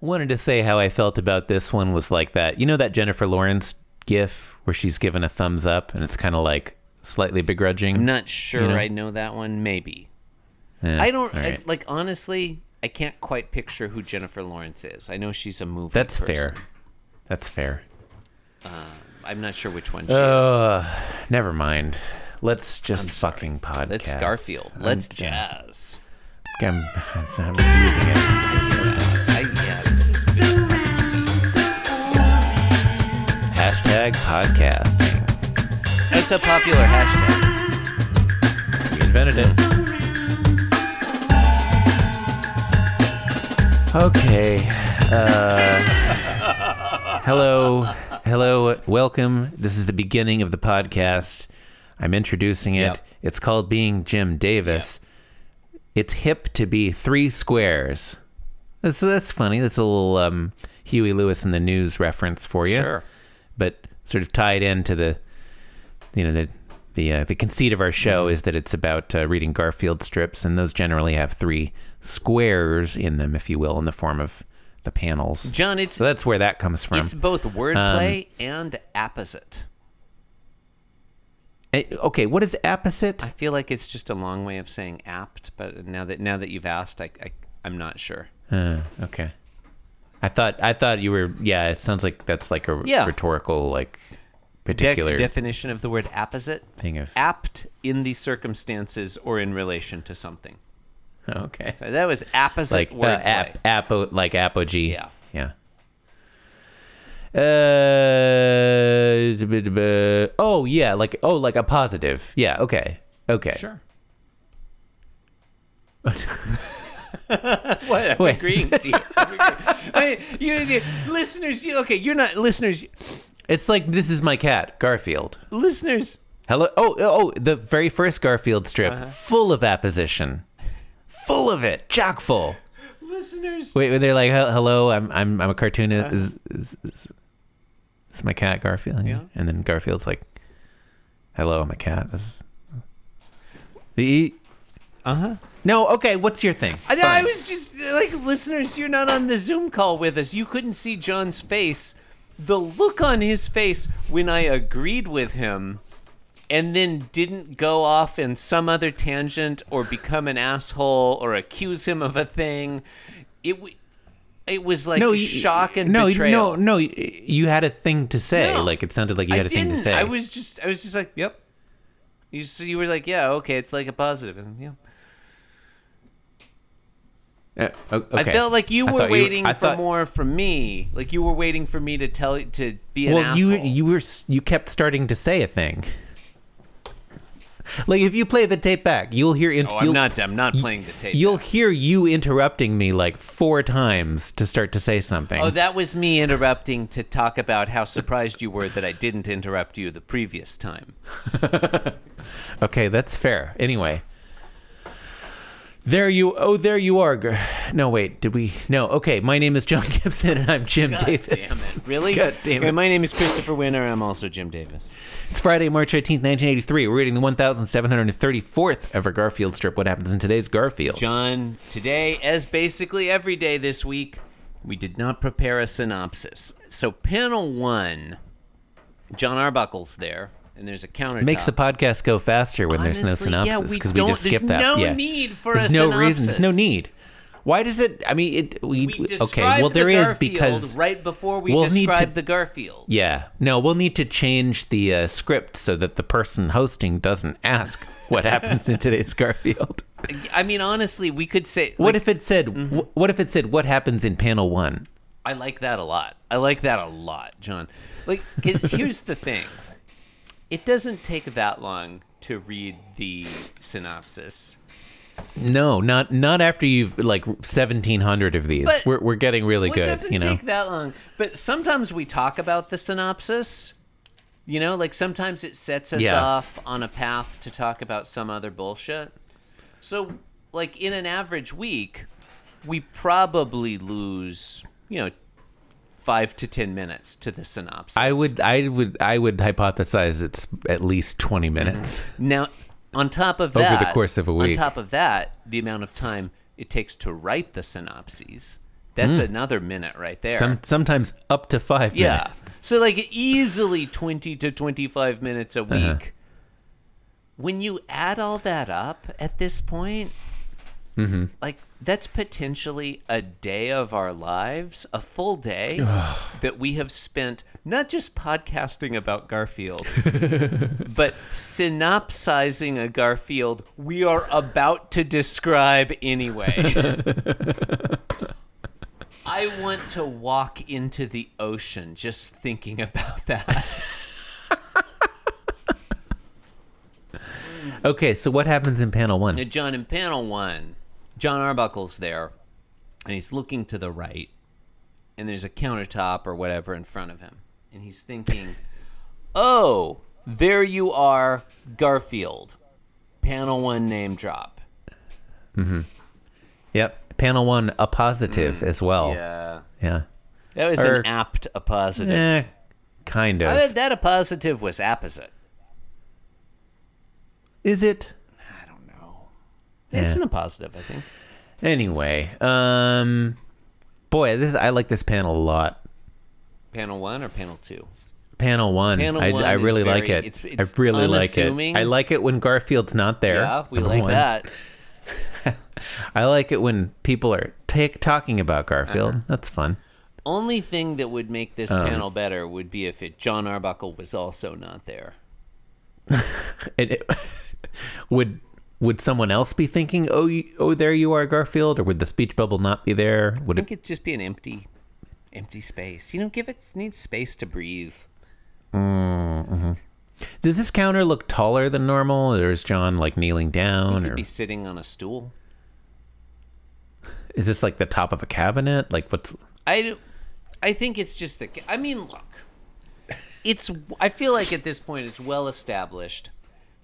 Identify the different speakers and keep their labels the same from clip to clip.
Speaker 1: wanted to say how I felt about this one was like that. You know that Jennifer Lawrence gif where she's given a thumbs up and it's kind of like slightly begrudging.
Speaker 2: I'm not sure
Speaker 1: You know?
Speaker 2: I know that one. Maybe.
Speaker 1: Eh,
Speaker 2: I don't
Speaker 1: all
Speaker 2: I-
Speaker 1: right.
Speaker 2: like honestly. I can't quite picture who Jennifer Lawrence is. I know she's a movie.
Speaker 1: That's
Speaker 2: person.
Speaker 1: fair. That's fair.
Speaker 2: I'm not sure which one she is.
Speaker 1: Uh, never mind. Let's just fucking podcast.
Speaker 2: Let's Garfield.
Speaker 1: I'm
Speaker 2: Let's
Speaker 1: j-
Speaker 2: jazz.
Speaker 1: I'm, I'm using it.
Speaker 2: I, yeah, this is good.
Speaker 1: Hashtag podcasting.
Speaker 2: That's a popular hashtag.
Speaker 1: We invented it. Okay. Uh, hello. Hello. Welcome. This is the beginning of the podcast. I'm introducing it.
Speaker 2: Yep.
Speaker 1: It's called Being Jim Davis. It's hip to be three squares. That's, that's funny. That's a little um, Huey Lewis in the News reference for you
Speaker 2: Sure.
Speaker 1: but sort of tied into the you know the the uh, the conceit of our show
Speaker 2: Mm-hmm.
Speaker 1: is that it's about uh, reading Garfield strips, and those generally have three squares in them, if you will, in the form of the panels.
Speaker 2: John, it's
Speaker 1: so um, that's where that comes from.
Speaker 2: it's both wordplay and apposite.
Speaker 1: Eh, okay, what is apposite?
Speaker 2: I feel like it's just a long way of saying apt, but now that now that you've asked, I, I I'm not sure.
Speaker 1: Uh, okay, I thought I thought you were. Yeah, it sounds like that's like a
Speaker 2: Yeah.
Speaker 1: rhetorical like
Speaker 2: Dec-
Speaker 1: particular
Speaker 2: definition of the word apposite:
Speaker 1: thing of.
Speaker 2: apt in the circumstances or in relation to something.
Speaker 1: okay,
Speaker 2: So that was apposite
Speaker 1: like uh,
Speaker 2: wordplay.
Speaker 1: ap- apo like apogee.
Speaker 2: Yeah.
Speaker 1: Yeah. Uh, z- b- d- b- oh yeah, like oh like a positive. Yeah. Okay. Okay.
Speaker 2: Sure. what? I'm
Speaker 1: Wait.
Speaker 2: agreeing to you. I'm agreeing. I mean, you, you- listeners, you okay? You're not listeners.
Speaker 1: It's like this is my cat Garfield.
Speaker 2: Listeners,
Speaker 1: Hello. Oh oh, the very first Garfield strip,
Speaker 2: Uh-huh.
Speaker 1: full of apposition, full of it, jock full.
Speaker 2: listeners.
Speaker 1: Wait, they're like, "Hel- "Hello, I'm I'm I'm a cartoonist.
Speaker 2: Uh-huh.
Speaker 1: Is is, is, is my cat Garfield?"
Speaker 2: Yeah.
Speaker 1: And then Garfield's like, "Hello, I'm a cat." This is... the e,
Speaker 2: Uh huh.
Speaker 1: no. Okay, what's your thing?
Speaker 2: I, I
Speaker 1: uh-huh. Fine.
Speaker 2: was just like, listeners, you're not on the Zoom call with us. You couldn't see John's face. The look on his face when I agreed with him and then didn't go off in some other tangent or become an asshole or accuse him of a thing. It, w- it was like
Speaker 1: no you-
Speaker 2: shock and
Speaker 1: no, you-
Speaker 2: betrayal.
Speaker 1: No, no, y- you had a thing to say.
Speaker 2: No.
Speaker 1: like it sounded like you
Speaker 2: I
Speaker 1: had a thing to
Speaker 2: didn't.
Speaker 1: say.
Speaker 2: I was just, I was just like, yep. You, so you were like, yeah, okay, it's like a positive. And, yeah.
Speaker 1: Uh, o- okay.
Speaker 2: I felt like you
Speaker 1: I
Speaker 2: were
Speaker 1: thought
Speaker 2: waiting
Speaker 1: I
Speaker 2: for
Speaker 1: thought-
Speaker 2: more from me. Like you were waiting for me to tell to be an
Speaker 1: Well,
Speaker 2: asshole.
Speaker 1: you you were s- you kept starting to say a thing. Like if you play the tape back, you'll hear. In,
Speaker 2: oh, I'm
Speaker 1: you'll-
Speaker 2: not. I'm not playing the tape.
Speaker 1: You'll hear you interrupting me like four times to start to say something.
Speaker 2: Oh, that was me interrupting to talk about how surprised you were that I didn't interrupt you the previous time.
Speaker 1: okay, that's fair. Anyway, there you. Oh, there you are. Gr- No, wait. Did we? No. Okay. My name is John Gibson, and I'm Jim Davis.
Speaker 2: Damn it. Really?
Speaker 1: God damn it.
Speaker 2: And my name is Christopher Winner. I'm also Jim Davis.
Speaker 1: It's Friday, March 18th, 1983. We're reading the 1734th ever Garfield strip. What happens in today's Garfield?
Speaker 2: John, today, as basically every day this week, we did not prepare a synopsis. So, panel one, John Arbuckle's there, and there's a countertop.
Speaker 1: Makes the podcast go faster when there's no
Speaker 2: Honestly, yeah,
Speaker 1: synopsis
Speaker 2: we
Speaker 1: because
Speaker 2: don't-
Speaker 1: just skip
Speaker 2: there's
Speaker 1: that.
Speaker 2: no
Speaker 1: yeah.
Speaker 2: need for
Speaker 1: there's
Speaker 2: a
Speaker 1: no reason. There's no
Speaker 2: synopsis.
Speaker 1: need. Why does it? I mean, it. We,
Speaker 2: We
Speaker 1: okay.
Speaker 2: described
Speaker 1: Well, there
Speaker 2: the
Speaker 1: is
Speaker 2: Garfield
Speaker 1: because
Speaker 2: right before we
Speaker 1: we'll need to-
Speaker 2: described the Garfield.
Speaker 1: yeah. No, we'll need to change the uh, script so that the person hosting doesn't ask what happens in today's Garfield.
Speaker 2: I mean, honestly, we could say
Speaker 1: What
Speaker 2: like,
Speaker 1: if it said?
Speaker 2: Mm-hmm.
Speaker 1: wh- What if it said? What happens in panel one?
Speaker 2: I like that a lot. I like that a lot, John. Like, 'cause here's the thing: it doesn't take that long to read the synopsis.
Speaker 1: No, not not after you've like seventeen hundred of these.
Speaker 2: But-
Speaker 1: we're we're getting really
Speaker 2: Well, it
Speaker 1: good,
Speaker 2: doesn't
Speaker 1: you know.
Speaker 2: take that long. But sometimes we talk about the synopsis. You know, like sometimes it sets us
Speaker 1: Yeah.
Speaker 2: off on a path to talk about some other bullshit. So, like in an average week, we probably lose, you know, five to ten minutes to the synopsis.
Speaker 1: I would I would I would hypothesize it's at least twenty minutes.
Speaker 2: now, on top of
Speaker 1: Over the
Speaker 2: that,
Speaker 1: course of a
Speaker 2: on
Speaker 1: week.
Speaker 2: top of that, the amount of time it takes to write the synopses That's another minute right there.
Speaker 1: Some Hmm. sometimes up to five
Speaker 2: yeah.
Speaker 1: minutes.
Speaker 2: So like easily 20 to 25 minutes a week.
Speaker 1: Uh-huh.
Speaker 2: When you add all that up at this point, like that's potentially a day of our lives, a full day that we have spent not just podcasting about Garfield, but synopsizing a Garfield we are about to describe anyway. I want to walk into the ocean just thinking about that.
Speaker 1: Okay, so what happens in panel one?
Speaker 2: Now, John, in panel one, John Arbuckle's there, and he's looking to the right, and there's a countertop or whatever in front of him, and he's thinking, "Oh, there you are, Garfield." Panel one name drop.
Speaker 1: yep, panel one a positive as well.
Speaker 2: Mm, Yeah,
Speaker 1: Yeah.
Speaker 2: that was
Speaker 1: Or-
Speaker 2: an apt a positive.
Speaker 1: Eh, kind
Speaker 2: I
Speaker 1: of.
Speaker 2: thought that a positive was apposite.
Speaker 1: Is it?
Speaker 2: I don't know. It's
Speaker 1: Yeah.
Speaker 2: an a positive, I think.
Speaker 1: Anyway, um, boy, this is, I like this panel a lot.
Speaker 2: Panel one or panel two?
Speaker 1: Panel one,
Speaker 2: Panel
Speaker 1: I,
Speaker 2: one
Speaker 1: I
Speaker 2: is
Speaker 1: really like
Speaker 2: very-
Speaker 1: it.
Speaker 2: it's- it's
Speaker 1: I really like
Speaker 2: unassuming.
Speaker 1: it. I like it when Garfield's not there.
Speaker 2: Yeah, we
Speaker 1: number
Speaker 2: like
Speaker 1: one.
Speaker 2: that.
Speaker 1: I like it when people are take, talking about Garfield.
Speaker 2: Uh-huh.
Speaker 1: That's fun.
Speaker 2: Only thing that would make this
Speaker 1: Um.
Speaker 2: panel better would be if it, John Arbuckle was also not there.
Speaker 1: It, it- would would someone else be thinking, "Oh, you, oh, there you are, Garfield," or would the speech bubble not be there? Would
Speaker 2: I
Speaker 1: it?
Speaker 2: think it'd just be an empty, empty space. You know, give it it needs space to breathe.
Speaker 1: Does this counter look taller than normal, or is John like kneeling down,
Speaker 2: Could
Speaker 1: or
Speaker 2: be sitting on a stool.
Speaker 1: is this like the top of a cabinet? Like what's?
Speaker 2: I, do- I think it's just the. I mean, look, it's. I feel like at this point it's well established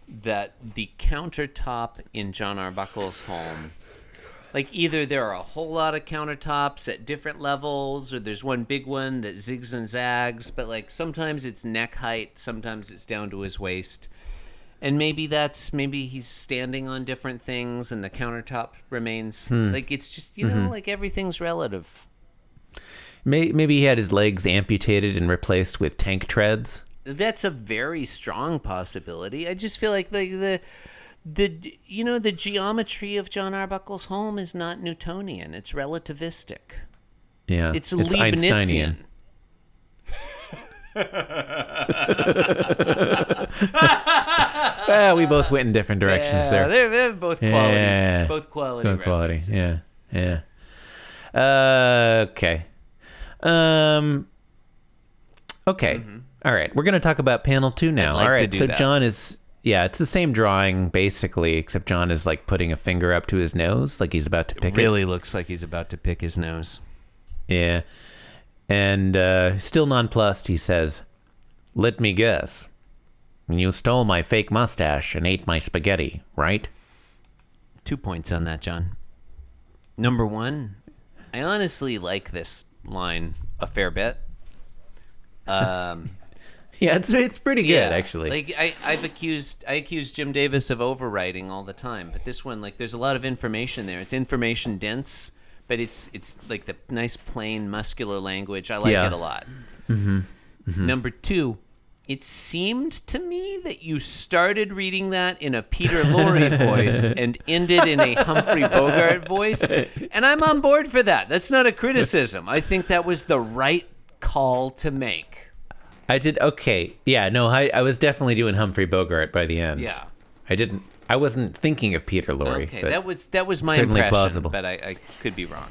Speaker 2: that the countertop in John Arbuckle's home, like either there are a whole lot of countertops at different levels, or there's one big one that zigs and zags. But like sometimes it's neck height, sometimes it's down to his waist. And maybe that's maybe he's standing on different things, and the countertop remains like it's just you know like everything's relative.
Speaker 1: May, maybe he had his legs amputated and replaced with tank treads.
Speaker 2: that's a very strong possibility. I just feel like the the the you know the geometry of John Arbuckle's home is not Newtonian. It's relativistic.
Speaker 1: Yeah,
Speaker 2: It's, Leibnizian.
Speaker 1: Ah, we both went in different directions
Speaker 2: Yeah,
Speaker 1: there.
Speaker 2: they're, they're both quality.
Speaker 1: Yeah.
Speaker 2: Both quality.
Speaker 1: Good quality.
Speaker 2: references.
Speaker 1: Yeah, yeah. Uh, okay. Um. Okay. All right. We're gonna talk about panel two now.
Speaker 2: Mm-hmm. like
Speaker 1: All
Speaker 2: to
Speaker 1: right.
Speaker 2: do
Speaker 1: so
Speaker 2: that.
Speaker 1: John is. Yeah, it's the same drawing basically, except John is like putting a finger up to his nose, like he's about to pick it.
Speaker 2: Really looks like he's about to pick his nose.
Speaker 1: Yeah. And uh, still nonplussed, he says, Let me guess. You stole my fake mustache and ate my spaghetti, right?
Speaker 2: Two points on that, John. Number one, I honestly like this line a fair bit. Um.
Speaker 1: Yeah, it's, it's pretty good,
Speaker 2: Yeah,
Speaker 1: actually.
Speaker 2: Like I, I've accused I accuse Jim Davis of overwriting all the time, but this one, like, there's a lot of information there. It's information dense, but it's it's like the nice plain muscular language. I like
Speaker 1: Yeah. Mm-hmm.
Speaker 2: it a lot. Number two, it seemed to me that you started reading that in a Peter Lorre voice and ended in a Humphrey Bogart voice, and I'm on board for that. That's not a criticism. I think that was the right call to make.
Speaker 1: I did, okay. Yeah, no, I, I was definitely doing Humphrey Bogart by the end.
Speaker 2: Yeah.
Speaker 1: I didn't, I wasn't thinking of Peter Lorre.
Speaker 2: Okay,
Speaker 1: but
Speaker 2: that was that was my
Speaker 1: certainly
Speaker 2: impression,
Speaker 1: plausible.
Speaker 2: but I, I could be wrong.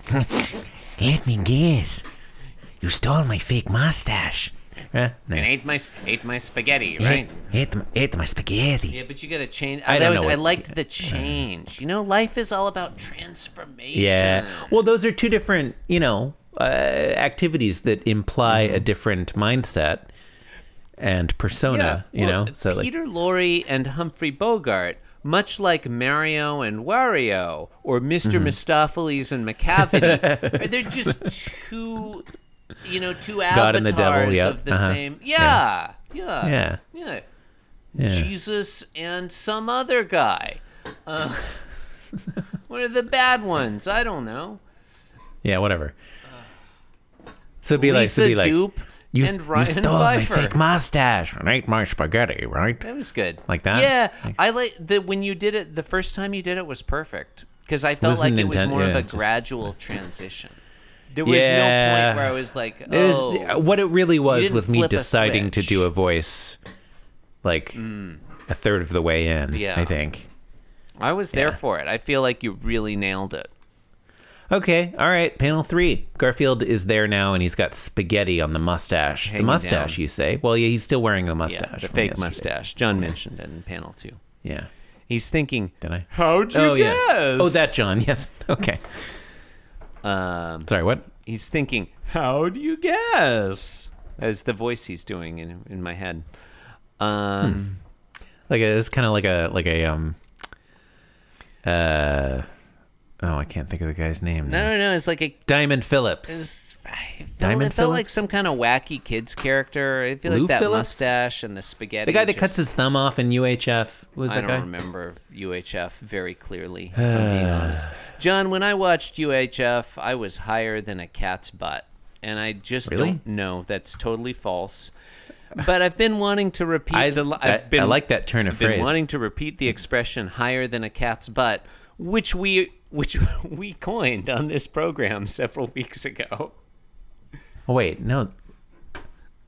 Speaker 1: Let me guess. You stole my fake mustache. Eh, Huh?
Speaker 2: And
Speaker 1: No.
Speaker 2: ate my ate my spaghetti, right?
Speaker 1: Ate, ate my spaghetti.
Speaker 2: Yeah, but you got to change.
Speaker 1: I
Speaker 2: I,
Speaker 1: don't
Speaker 2: was,
Speaker 1: know
Speaker 2: I
Speaker 1: what-
Speaker 2: liked the change. You know, life is all about transformation.
Speaker 1: Yeah. Well, those are two different, you know, uh, activities that imply
Speaker 2: Mm-hmm.
Speaker 1: a different mindset and persona.
Speaker 2: Yeah,
Speaker 1: You
Speaker 2: well,
Speaker 1: know, so like,
Speaker 2: Peter Lorre and Humphrey Bogart, much like Mario and Wario or Mr.
Speaker 1: Mm-hmm.
Speaker 2: Mistopheles and McCavity, are they're just two, you know, two
Speaker 1: God and the devil,
Speaker 2: avatars
Speaker 1: yep,
Speaker 2: of the
Speaker 1: uh-huh,
Speaker 2: same. Yeah, yeah,
Speaker 1: Yeah.
Speaker 2: yeah.
Speaker 1: yeah.
Speaker 2: Jesus and some other guy. Uh, one of the bad ones. I don't know.
Speaker 1: yeah, whatever. So it'd be like, so
Speaker 2: Uh, Lisa
Speaker 1: it'd be like,
Speaker 2: Dupe
Speaker 1: you,
Speaker 2: and
Speaker 1: you
Speaker 2: Ryan
Speaker 1: stole my
Speaker 2: Pfeiffer.
Speaker 1: fake mustache and ate my spaghetti, right?
Speaker 2: That was good.
Speaker 1: Like that?
Speaker 2: Yeah, I like the when you did it the first time you did it was perfect because I felt like
Speaker 1: Wasn't
Speaker 2: it was
Speaker 1: intent-
Speaker 2: more of
Speaker 1: yeah,
Speaker 2: a
Speaker 1: just-
Speaker 2: gradual transition. There was no
Speaker 1: Yeah.
Speaker 2: point where I was like,
Speaker 1: It was-
Speaker 2: oh,
Speaker 1: what it really was
Speaker 2: didn't
Speaker 1: was me
Speaker 2: flip a
Speaker 1: deciding to
Speaker 2: switch. Mm.
Speaker 1: do a voice like a third of the way in,
Speaker 2: Yeah.
Speaker 1: I think.
Speaker 2: I was there for it. I feel like you really nailed it.
Speaker 1: Okay, all right, panel three. Garfield is there now and he's got spaghetti on the mustache. the
Speaker 2: Hanging
Speaker 1: mustache,
Speaker 2: down.
Speaker 1: you say? Well, yeah, he's still wearing the
Speaker 2: Yeah,
Speaker 1: mustache.
Speaker 2: the
Speaker 1: from
Speaker 2: fake
Speaker 1: yesterday.
Speaker 2: mustache. John mentioned it in panel two.
Speaker 1: Yeah.
Speaker 2: He's thinking,
Speaker 1: Did I?
Speaker 2: how'd you
Speaker 1: Oh,
Speaker 2: guess?
Speaker 1: yeah. Oh, that John, yes. Okay.
Speaker 2: Um,
Speaker 1: Sorry, what?
Speaker 2: he's thinking, how'd you guess? As the voice he's doing in, in my head.
Speaker 1: Hmm.
Speaker 2: Um,
Speaker 1: like a, it's kind of like a like a um uh oh I can't think of the guy's name.
Speaker 2: I
Speaker 1: now.
Speaker 2: don't know. It's like a
Speaker 1: Diamond Phillips.
Speaker 2: It's- I felt-
Speaker 1: Diamond
Speaker 2: it felt like
Speaker 1: Phillips?
Speaker 2: some kind of wacky kids character. I feel
Speaker 1: Lou
Speaker 2: like that
Speaker 1: Phillips?
Speaker 2: mustache and the spaghetti.
Speaker 1: the guy that
Speaker 2: just-
Speaker 1: cuts his thumb off in UHF What was
Speaker 2: I
Speaker 1: that
Speaker 2: don't
Speaker 1: guy?
Speaker 2: remember UHF very clearly. If I'm being honest. John, when I watched UHF, I was higher than a cat's butt, and I just
Speaker 1: Really?
Speaker 2: don't know. That's totally false. But I've been wanting to repeat.
Speaker 1: I,
Speaker 2: the, li-
Speaker 1: that-
Speaker 2: I've been
Speaker 1: I like that turn of
Speaker 2: been
Speaker 1: phrase.
Speaker 2: wanting to repeat the expression "higher than a cat's butt," which we which we coined on this program several weeks ago.
Speaker 1: Oh, wait, no.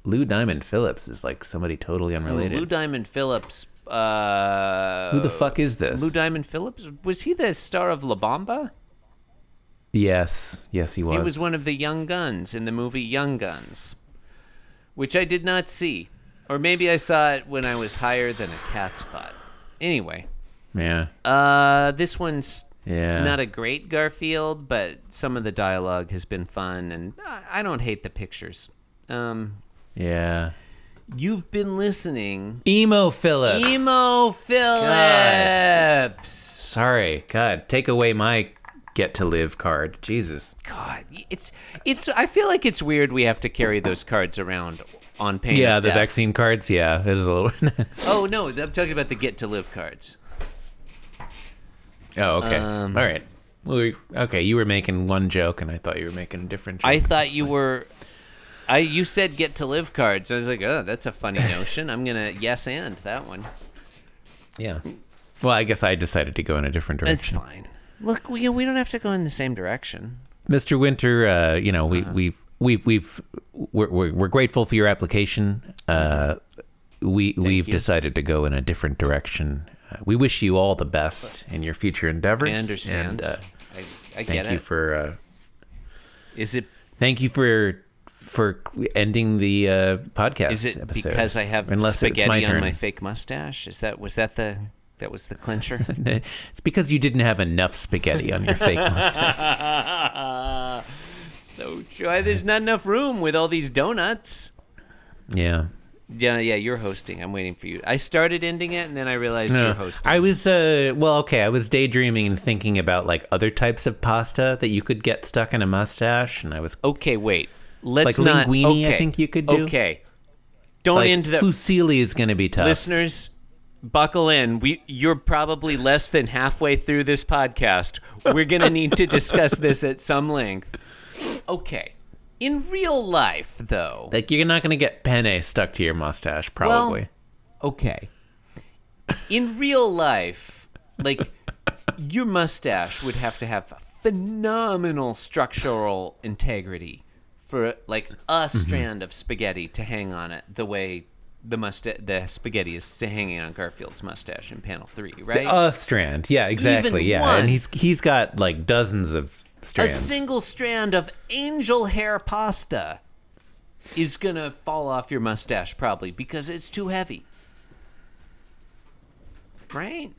Speaker 1: Lou Diamond Phillips is like somebody totally unrelated.
Speaker 2: Lou Diamond Phillips. Uh,
Speaker 1: Who the fuck is this?
Speaker 2: Lou Diamond Phillips? Was he the star of La Bamba?
Speaker 1: yes, yes, he was.
Speaker 2: He was one of the young guns in the movie Young Guns, which I did not see. Or maybe I saw it when I was higher than a cat's butt. Anyway,
Speaker 1: yeah,
Speaker 2: uh, this one's
Speaker 1: yeah.
Speaker 2: not a great Garfield, but some of the dialogue has been fun, and I- I don't hate the pictures. Um,
Speaker 1: yeah.
Speaker 2: you've been listening.
Speaker 1: Emo Phillips.
Speaker 2: Emo Phillips.
Speaker 1: Sorry, God, take away my get to live card. Jesus.
Speaker 2: God, it's it's. I feel like it's weird we have to carry those cards around on pain.
Speaker 1: Yeah,
Speaker 2: of
Speaker 1: the
Speaker 2: death.
Speaker 1: vaccine cards. Yeah, it is a little.
Speaker 2: Oh no, I'm talking about the get to live cards.
Speaker 1: Oh, okay.
Speaker 2: Um,
Speaker 1: All right. Well, we- okay, you were making one joke, and I thought you were making a different joke.
Speaker 2: I thought you were. I you said get to live cards. I was like, oh, that's a funny notion. I'm gonna yes and that one.
Speaker 1: yeah. Well, I guess I decided to go in a different direction.
Speaker 2: That's fine. Look, we we don't have to go in the same direction.
Speaker 1: Mr. Winter, uh, you know,
Speaker 2: Uh-huh.
Speaker 1: we, we've we've we've we're, we're, we're grateful for your application. Uh, we we've
Speaker 2: you.
Speaker 1: decided to go in a different direction. Uh, we wish you all the best in your future endeavors.
Speaker 2: I understand.
Speaker 1: And, uh,
Speaker 2: I, I
Speaker 1: thank
Speaker 2: get it.
Speaker 1: you
Speaker 2: Is
Speaker 1: for uh,
Speaker 2: it
Speaker 1: thank you for for ending the uh, podcast.
Speaker 2: is it
Speaker 1: episode.
Speaker 2: because I have
Speaker 1: Unless it's
Speaker 2: spaghetti
Speaker 1: my
Speaker 2: on
Speaker 1: turn.
Speaker 2: my fake mustache? Is that was that the that was the clincher?
Speaker 1: it's because you didn't have enough spaghetti on your fake mustache.
Speaker 2: so true. There's not enough room with all these donuts.
Speaker 1: Yeah.
Speaker 2: Yeah, yeah, you're hosting. I'm waiting for you. I started ending it, and then I realized you're hosting.
Speaker 1: I was uh well okay, I was daydreaming and thinking about like other types of pasta that you could get stuck in a mustache and I was
Speaker 2: okay, wait. Let's
Speaker 1: Like
Speaker 2: not.
Speaker 1: linguine, I
Speaker 2: okay.
Speaker 1: think you could do.
Speaker 2: Okay, don't
Speaker 1: like
Speaker 2: end the
Speaker 1: fusilli is going to be tough.
Speaker 2: listeners. Buckle in. We you're probably less than halfway through this podcast. We're gonna need to discuss this at some length. Okay. In real life, though,
Speaker 1: like you're not going to get penne stuck to your mustache probably.
Speaker 2: okay. In real life, like your mustache would have to have phenomenal structural integrity for like a strand of spaghetti to hang on it the way the musta- the spaghetti is to hanging on Garfield's mustache in panel 3, right?
Speaker 1: a strand. Yeah, exactly. yeah.
Speaker 2: one.
Speaker 1: And he's he's got like dozens of
Speaker 2: a
Speaker 1: strands.
Speaker 2: single strand of angel hair pasta is going to fall off your mustache probably because it's too heavy. Right?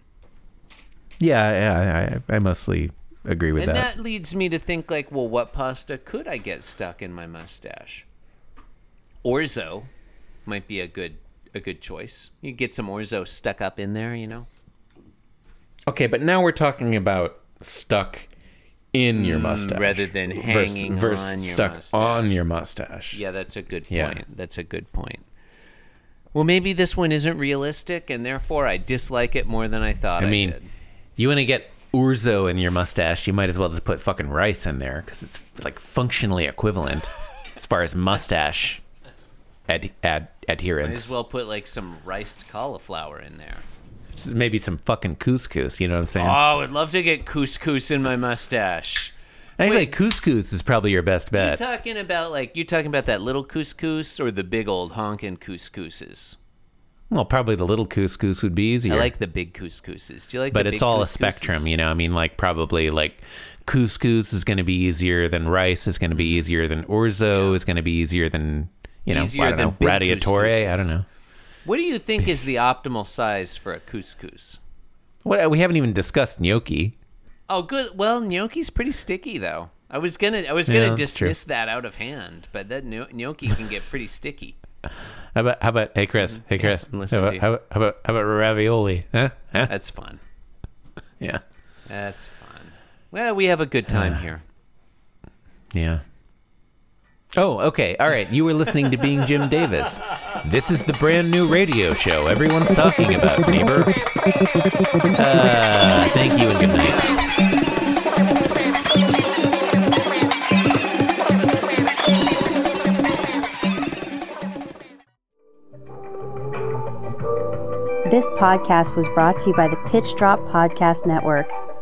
Speaker 1: yeah, yeah, I, I mostly agree with
Speaker 2: And that leads me to think like, well, what pasta could I get stuck in my mustache? Orzo might be a good a good choice. You get some orzo stuck up in there, you know.
Speaker 1: Okay, but now we're talking about stuck in your mustache
Speaker 2: Mm, rather than
Speaker 1: vers-
Speaker 2: hanging
Speaker 1: vers-
Speaker 2: on your
Speaker 1: stuck
Speaker 2: mustache.
Speaker 1: on your mustache.
Speaker 2: Yeah, that's a good point.
Speaker 1: Yeah.
Speaker 2: That's a good point. Well, maybe this one isn't realistic, and therefore I dislike it more than I thought. I,
Speaker 1: I mean,
Speaker 2: did.
Speaker 1: you want to get orzo in your mustache, you might as well just put fucking rice in there because it's like functionally equivalent. as far as mustache ad, ad,
Speaker 2: Might as
Speaker 1: adherence.
Speaker 2: well put like some riced cauliflower in there.
Speaker 1: Maybe some fucking couscous. You know what I'm saying?
Speaker 2: Oh, I would love to get couscous in my mustache.
Speaker 1: Actually, couscous is probably your best
Speaker 2: You
Speaker 1: bet.
Speaker 2: talking about like you talking about that little couscous or the big old honkin' couscouses?
Speaker 1: Well, probably the little couscous would be easier.
Speaker 2: I like the big couscouses. Do you like?
Speaker 1: but
Speaker 2: the big
Speaker 1: it's all a
Speaker 2: couscouses?
Speaker 1: spectrum, you know. I mean, like probably like couscous is going to be easier than rice is going to be
Speaker 2: Mm-hmm.
Speaker 1: easier than orzo is going to be easier than you know,
Speaker 2: Easier
Speaker 1: I don't
Speaker 2: than
Speaker 1: know
Speaker 2: big
Speaker 1: radiatore. I
Speaker 2: couscouses.
Speaker 1: don't know.
Speaker 2: What do you think is the optimal size for a couscous?
Speaker 1: What we haven't even discussed gnocchi.
Speaker 2: Oh, good. Well, gnocchi's pretty sticky though. I was gonna I was gonna
Speaker 1: Yeah, that's true.
Speaker 2: dismiss that out of hand, but that gno- gnocchi can get pretty sticky.
Speaker 1: How about how about hey Chris, hey Chris,
Speaker 2: I'm
Speaker 1: how,
Speaker 2: listening
Speaker 1: about,
Speaker 2: Mm-hmm. to you.
Speaker 1: how, about, how about how about ravioli? Huh? Huh?
Speaker 2: That's fun.
Speaker 1: Yeah,
Speaker 2: That's fun. Well, we have a good time here.
Speaker 1: yeah. Oh, okay. All right. You were listening to Being Jim Davis. This is the brand new radio show everyone's talking about, neighbor. Uh, thank you and good night.
Speaker 3: This podcast was brought to you by the Pitch Drop Podcast Network.